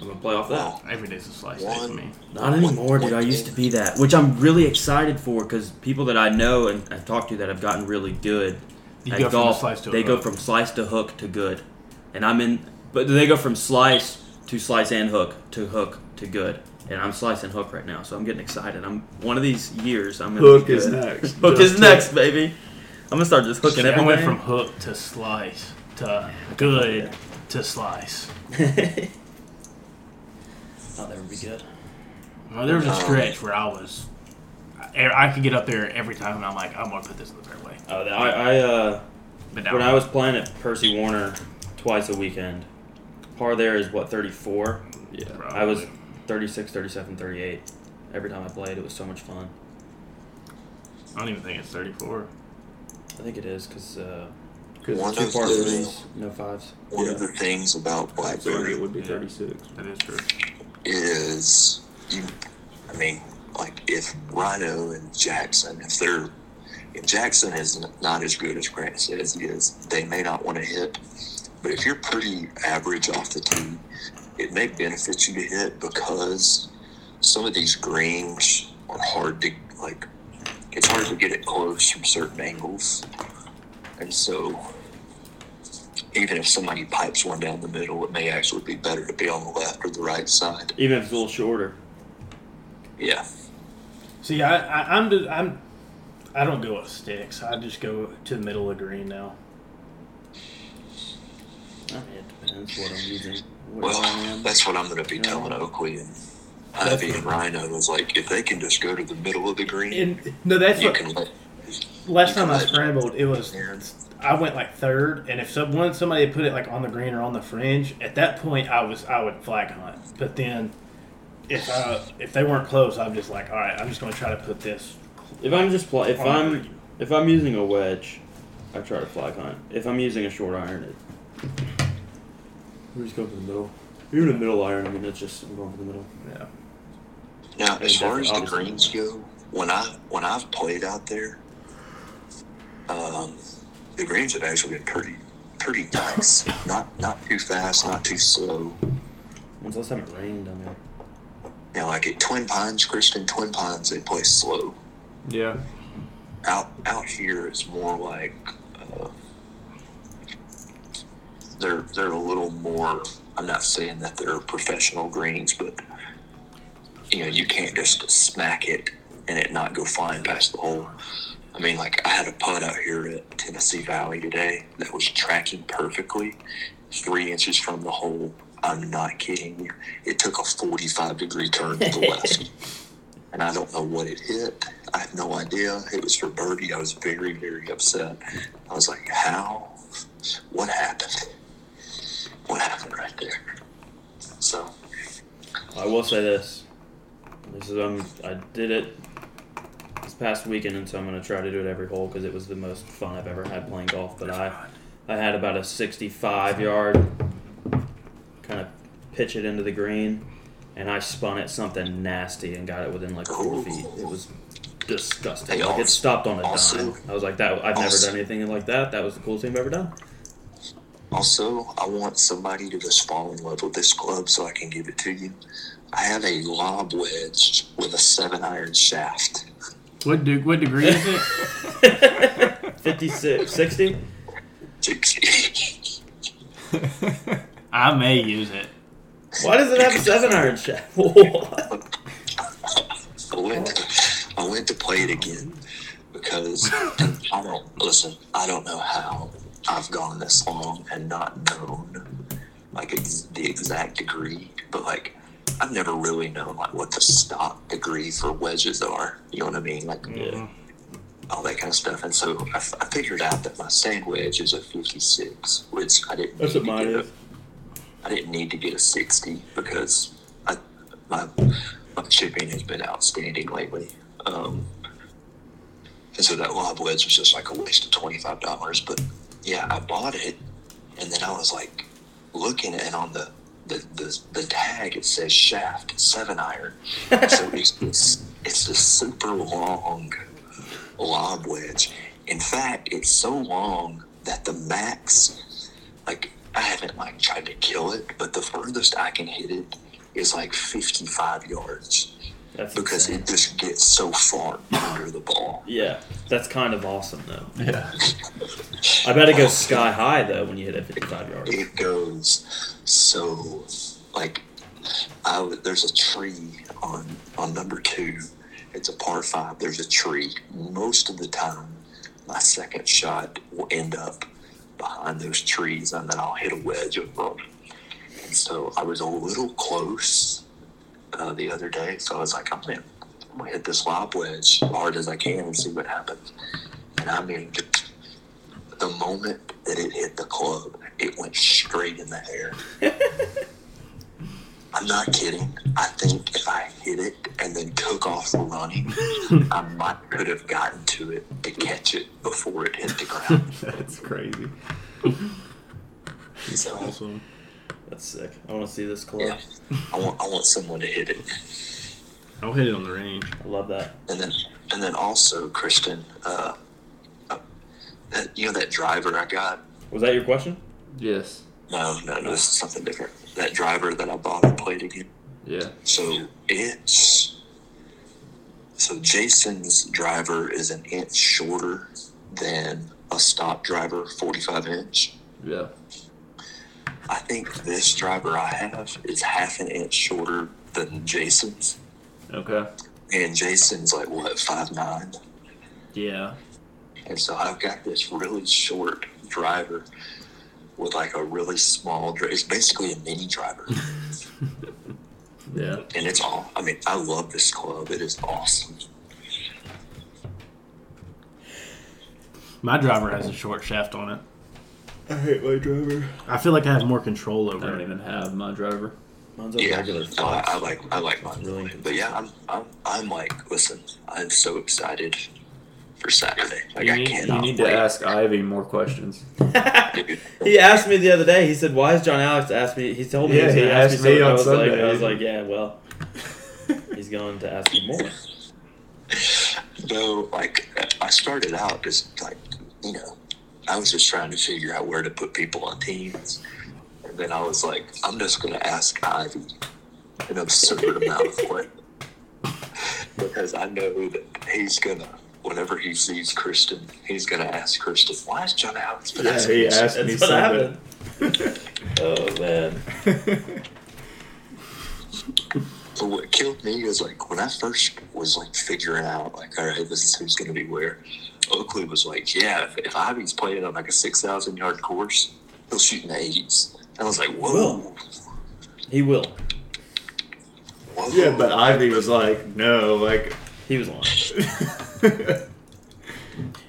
I'm gonna play off that. every day's a slice day for One. me. Not anymore, dude. I used to be that, which I'm really excited for because people that I know and I've talked to that have gotten really good You at go from a golf, slice to a they go hook. from slice to hook to good, and I'm in. But they go from slice to slice and hook to hook to good, and I'm slice and hook right now, so I'm getting excited. I'm one of these years. I'm gonna Hook be is good. next. Hook Just is next, baby. I'm gonna start just hooking See, I everything. went from hook to slice to good to slice. Oh, that would be good. Well, there was a stretch where I was, I, I could get up there every time, and I'm like, I'm gonna put this in the fairway. Oh, that, I, I uh, But now When I was playing at Percy Warner twice a weekend, par there is what 34. yeah, I was 36, 37, 38. Every time I played, it was so much fun. I don't even think it's 34. I think it is because uh, 'Cause One two of par the threes, no fives. one of the things about it BlackBerry would be Yeah. 36. That is true. is you I mean, like if Rhino and Jackson, if they're if Jackson is not as good as Grant says he is, they may not want to hit. But if you're pretty average off the tee, it may benefit you to hit because some of these greens are hard to like it's hard to get it close from certain angles. And so even if somebody pipes one down the middle, it may actually be better to be on the left or the right side. Even if it's a little shorter. Yeah. See, I, I I'm just, I'm I don't go with sticks. I just go to the middle of green now. I mean, it depends what I'm using. What Well, I am. that's what I'm going to be telling Oakley and Ivy and Rhino is like if they can just go to the middle of the green, And no, that's you what can let last you time can I let- scrambled, it was Yeah. I went like third, and if someone somebody had put it like on the green or on the fringe, at that point I was I would flag hunt. But then if I, if they weren't close, I'm just like, all right, I'm just going to try to put this. If I'm just pl- if on the I'm green." if I'm using a wedge, I try to flag hunt. If I'm using a short iron, it. We just go for the middle. Even a middle iron, I mean, it's just I'm going for the middle. Yeah. Now, as It's far as the definitely greens go, when I when I've played out there, um, the greens have actually been pretty pretty nice. not not too fast, not too slow. When's the last time it rained on there? Now, like at Twin Pines, Kristen Twin Pines, they play slow. Yeah. out out here it's more like uh, they're they're a little more. I'm not saying that they're professional greens, but you know you can't just smack it and it not go flying past the hole. I mean, like I had a putt out here at Tennessee Valley today that was tracking perfectly, three inches from the hole. I'm not kidding you. It took a 45 degree turn to the left and I don't know what it hit. I have no idea. It was for birdie. I was very, very upset. I was like, how? What happened? What happened right there? So, I will say this. This is um, I did it this past weekend, and so I'm gonna try to do it every hole because it was the most fun I've ever had playing golf. But I, I had about a 65 yard kind of pitch it into the green, and I spun it something nasty and got it within like four feet. It was disgusting. Hey, Like it also- stopped on a also- dime. I was like, that. I've never also- done anything like that. That was the coolest thing I've ever done. also, I want somebody to just fall in love with this club so I can give it to you. I have a lob wedge with a seven iron shaft. What do, what degree is it? 56, 60. I may use it. Why does it have a seven iron shaft? What? I went, I went to play it again because I don't listen. I don't know how I've gone this long and not known like ex- the exact degree, but like I've never really known like what the stop degree for wedges are. You know what I mean? Like, Yeah. all that kind of stuff. And so I, f- I figured out that my sandwich is a 56, which I didn't. That's need what to mine get a- is. I didn't need to get a 60 because I, my my shipping has been outstanding lately. Um, and so that lob wedge was just like a waste of twenty five dollars. But yeah, I bought it, and then I was like looking, and on the the, the, the tag it says shaft seven iron, so it's it's, it's a super long lob wedge. In fact, it's so long that the max, like I haven't like tried to kill it, but the furthest I can hit it is like fifty five yards That's because insane. it just gets so far under the ball. Yeah, that's kind of awesome though. Yeah. I bet it goes sky high though when you hit it 55 yards. it goes so like I w there's a tree on on number two it's a par five there's a tree most of the time my second shot will end up behind those trees and then i'll hit a wedge of them and so i was a little close uh, the other day so i was like i'm gonna, I'm gonna hit this lob wedge hard as i can and see what happens and i mean the moment that it hit the club, it went straight in the air. I'm not kidding. I think if I hit it and then took off running, I might could have gotten to it to catch it before it hit the ground. That's crazy. So That's sick. I want to see this club. yeah, I want I want someone to hit it. I'll hit it on the range. I love that. And then, and then also, Kristen, uh, uh, that, you know that driver I got Was that your question? Yes. No, no, no. This is something different. That driver that I bought and played again. Yeah. So it's so Jason's driver is an inch shorter than a stock driver, forty-five inch. Yeah. I think this driver I have is half an inch shorter than Jason's, Okay. and Jason's like what five nine. Yeah. And so I've got this really short driver with like a really small dri It's basically a mini driver. Yeah. and it's all. I mean, I love this club. It is awesome. My driver has a short shaft on it. I hate my driver. I feel like I have more control I over don't it. even have my driver. Mine's a Yeah, Uh, regular no, I, five. I like I like mine Really? really, but yeah, I'm I'm I'm like, listen, I'm so excited for Saturday. Like You I need, you cannot need to wait. ask Ivy more questions. dude. he asked me the other day. He said, "Why is John Alex asked me?" He told me. Yeah, was he gonna ask asked me something. on I was Like, Sunday. I was like, "Yeah, well, he's going to ask me more." No, like I started out just like you know, I was just trying to figure out where to put people on teams, and then I was like, I'm just gonna ask Ivy an absurd amount of what because I know that he's gonna. Whenever he sees Kristen, he's gonna ask Kristen, "Why is John Alex been Yeah, asking he me so asked me That's what something. happened. oh man. But what killed me is like when I first was like figuring out like, all right, this is who's gonna be where. Oakley was like, yeah, if, if Ivy's playing on like a six thousand yard course, he'll shoot in the eighties. I was like, whoa, He will. whoa. Yeah, but Ivy was like, no, like. He was lying.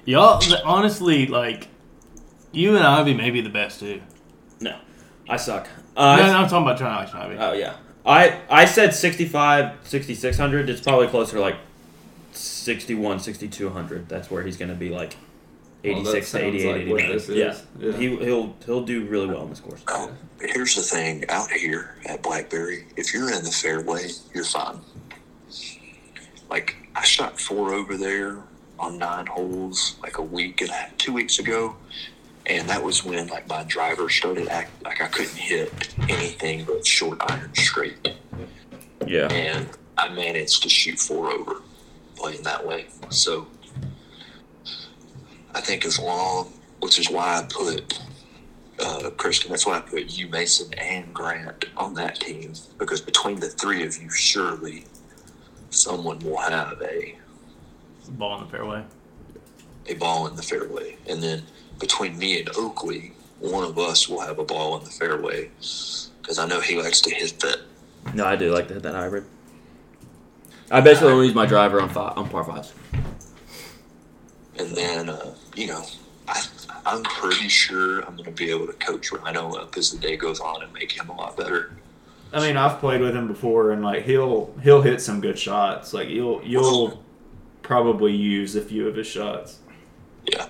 Y'all, th- honestly, like, you and Ivy may be the best too. No, I suck. No, Uh, no, I'm talking about John Alex and Ivy. Oh yeah. I I said 65 6600. It's probably closer to like 61 6200. That's where he's going to be like 86 Well, to that 88 sounds like what 89. this is. Yeah. Yeah. He he'll he'll do really well in this course. Oh, here's the thing out here at Blackberry, if you're in the fairway, you're fine. Like, I shot four over there on nine holes like a week and a half, two weeks ago. And that was when like my driver started act like I couldn't hit anything but short iron straight. Yeah. And I managed to shoot four over playing that way. So I think as long, which is why I put uh, Kristen, that's why I put you, Mason, and Grant on that team because between the three of you, surely someone will have a, Ball in the fairway. a ball in the fairway. And then between me and Oakley, one of us will have a ball in the fairway because I know he likes to hit that. No, I do like to hit that hybrid. I basically only use my driver on five, on par fives. And then, uh, you know, I, I'm pretty sure I'm going to be able to coach Rhino up as the day goes on and make him a lot better. I mean, I've played with him before, and like he'll he'll hit some good shots. Like you'll you'll probably use a few of his shots. Yeah.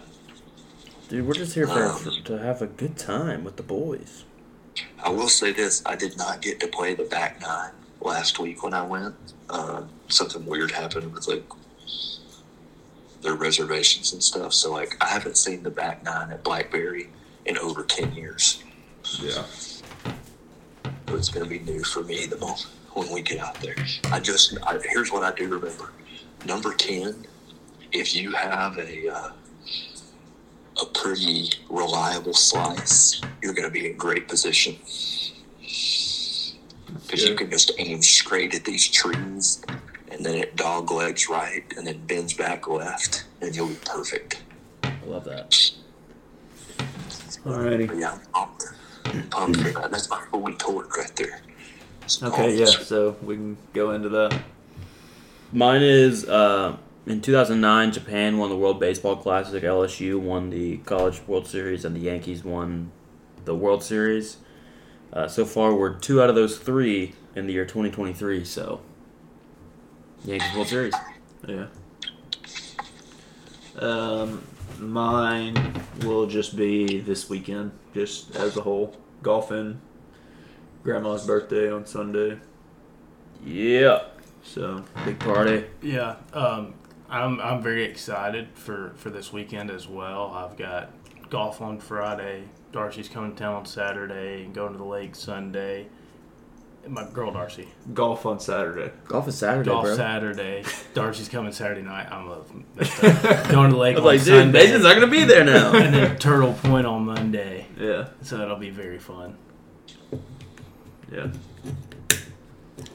Dude, we're just here for, for- to have a good time with the boys. I will say this: I did not get to play the back nine last week when I went. Uh, something weird happened with like their reservations and stuff. So like, I haven't seen the back nine at Blackberry in over ten years. Yeah. So it's going to be new for me the moment when we get out there. I just I, here's what I do remember: number ten. If you have a uh, a pretty reliable slice, you're going to be in great position. Because you Yeah. can just aim straight at these trees, and then it dog legs right, and then bends back left, and you'll be perfect. I love that. Alrighty. But yeah, I'm pumped. I'm pumped for that. That's my holy torque right there. It's Okay, yeah, pumped. so we can go into that. Mine is uh, in 2009, Japan won the World Baseball Classic. LSU won the College World Series, and the Yankees won the World Series. Uh, so far, we're two out of those three in the year 2023. So, Yankees World Series. Yeah. Um, mine will just be this weekend, just as a whole. Golfing, grandma's birthday on Sunday, Yeah, so big party. Yeah, um, I'm I'm very excited for for this weekend as well. I've got golf on Friday. Darcy's coming to town on Saturday and going to the lake Sunday. And My girl Darcy. Golf on Saturday. Golf is Saturday, Golf bro. Saturday. Darcy's coming Saturday night. I'm a, going to the lake I on was like, dude, Sunday. Mason's not gonna be there now. and then Turtle Point on Monday. yeah, So that'll be very fun. yeah.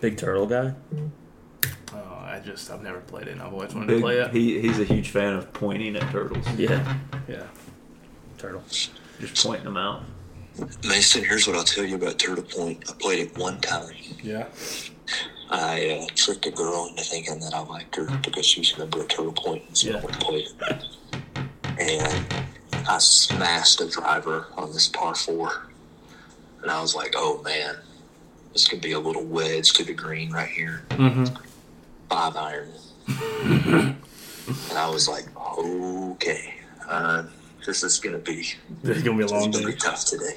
big turtle guy. Oh, I just I've never played it. and I've always wanted to Big, play it. he, he's a huge fan of pointing at turtles, Yeah, Yeah. turtle. just pointing them out. Mason, here's what I'll tell you about Turtle Point. I played it one time. Yeah. I uh, tricked a girl into thinking that I liked her because she was a member of Turtle Point and so I Yeah. would play it. And I smashed a driver on this par four. And I was like, oh man, this could be a little wedge to the green right here. Mm-hmm. Five iron. and I was like, okay, uh, this is going to be, This is gonna be a this is long gonna day. be tough today.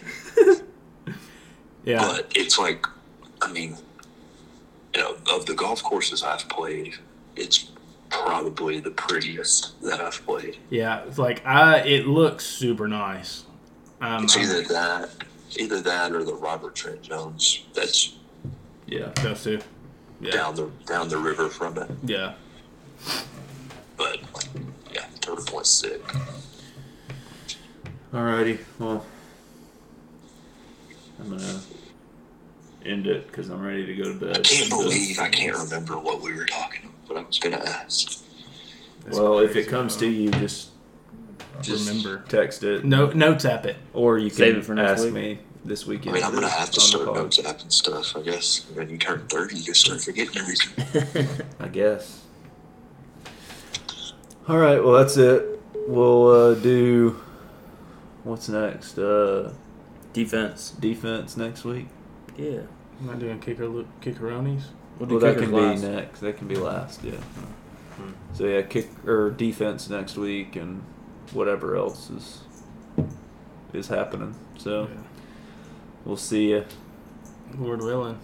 Yeah. But it's like, I mean, you know, of the golf courses I've played, it's probably the prettiest that I've played. Yeah, it's like I it looks super nice. Um, It's either that, either that, or the Robert Trent Jones that's Yeah. those two. Yeah. down the down the river from it. Yeah. But yeah, Turtle Point's sick. Alrighty. Well, I'm gonna end it because I'm ready to go to bed. I can't believe I can't remember what we were talking about. But I was gonna ask. uh, Well, if it comes to you, just just Remember. text it. No, no tap it. Or you Save can it for next ask week. me this I weekend. mean, I'm gonna have to on the start pod, notes app and stuff. I guess when you turn thirty, you start forgetting everything. I guess. All right. Well, that's it. We'll uh, do. What's next? Uh, Defense. defense next week. Yeah. I'm not doing kicker kickeronis. We'll do Well, that kickers can last. be next. That can be last. Yeah. So yeah, kick or defense next week, and whatever else is is happening. So Yeah. we'll see you. Lord willing.